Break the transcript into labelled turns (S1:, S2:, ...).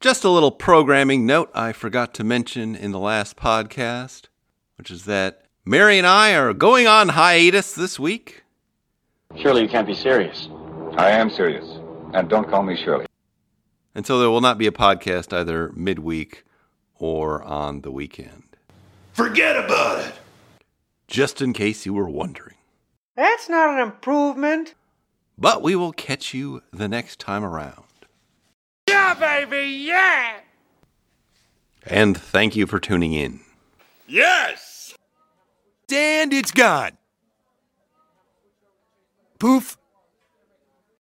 S1: Just a little programming note I forgot to mention in the last podcast, which is that Mary and I are going on hiatus this week.
S2: Surely you can't be serious.
S3: I am serious. And don't call me Shirley.
S1: And so there will not be a podcast either midweek or on the weekend.
S4: Forget about it.
S1: Just in case you were wondering.
S5: That's not an improvement.
S1: But we will catch you the next time around.
S4: Yeah, baby, yeah.
S1: And thank you for tuning in.
S4: Yes.
S6: And it's gone. Poof.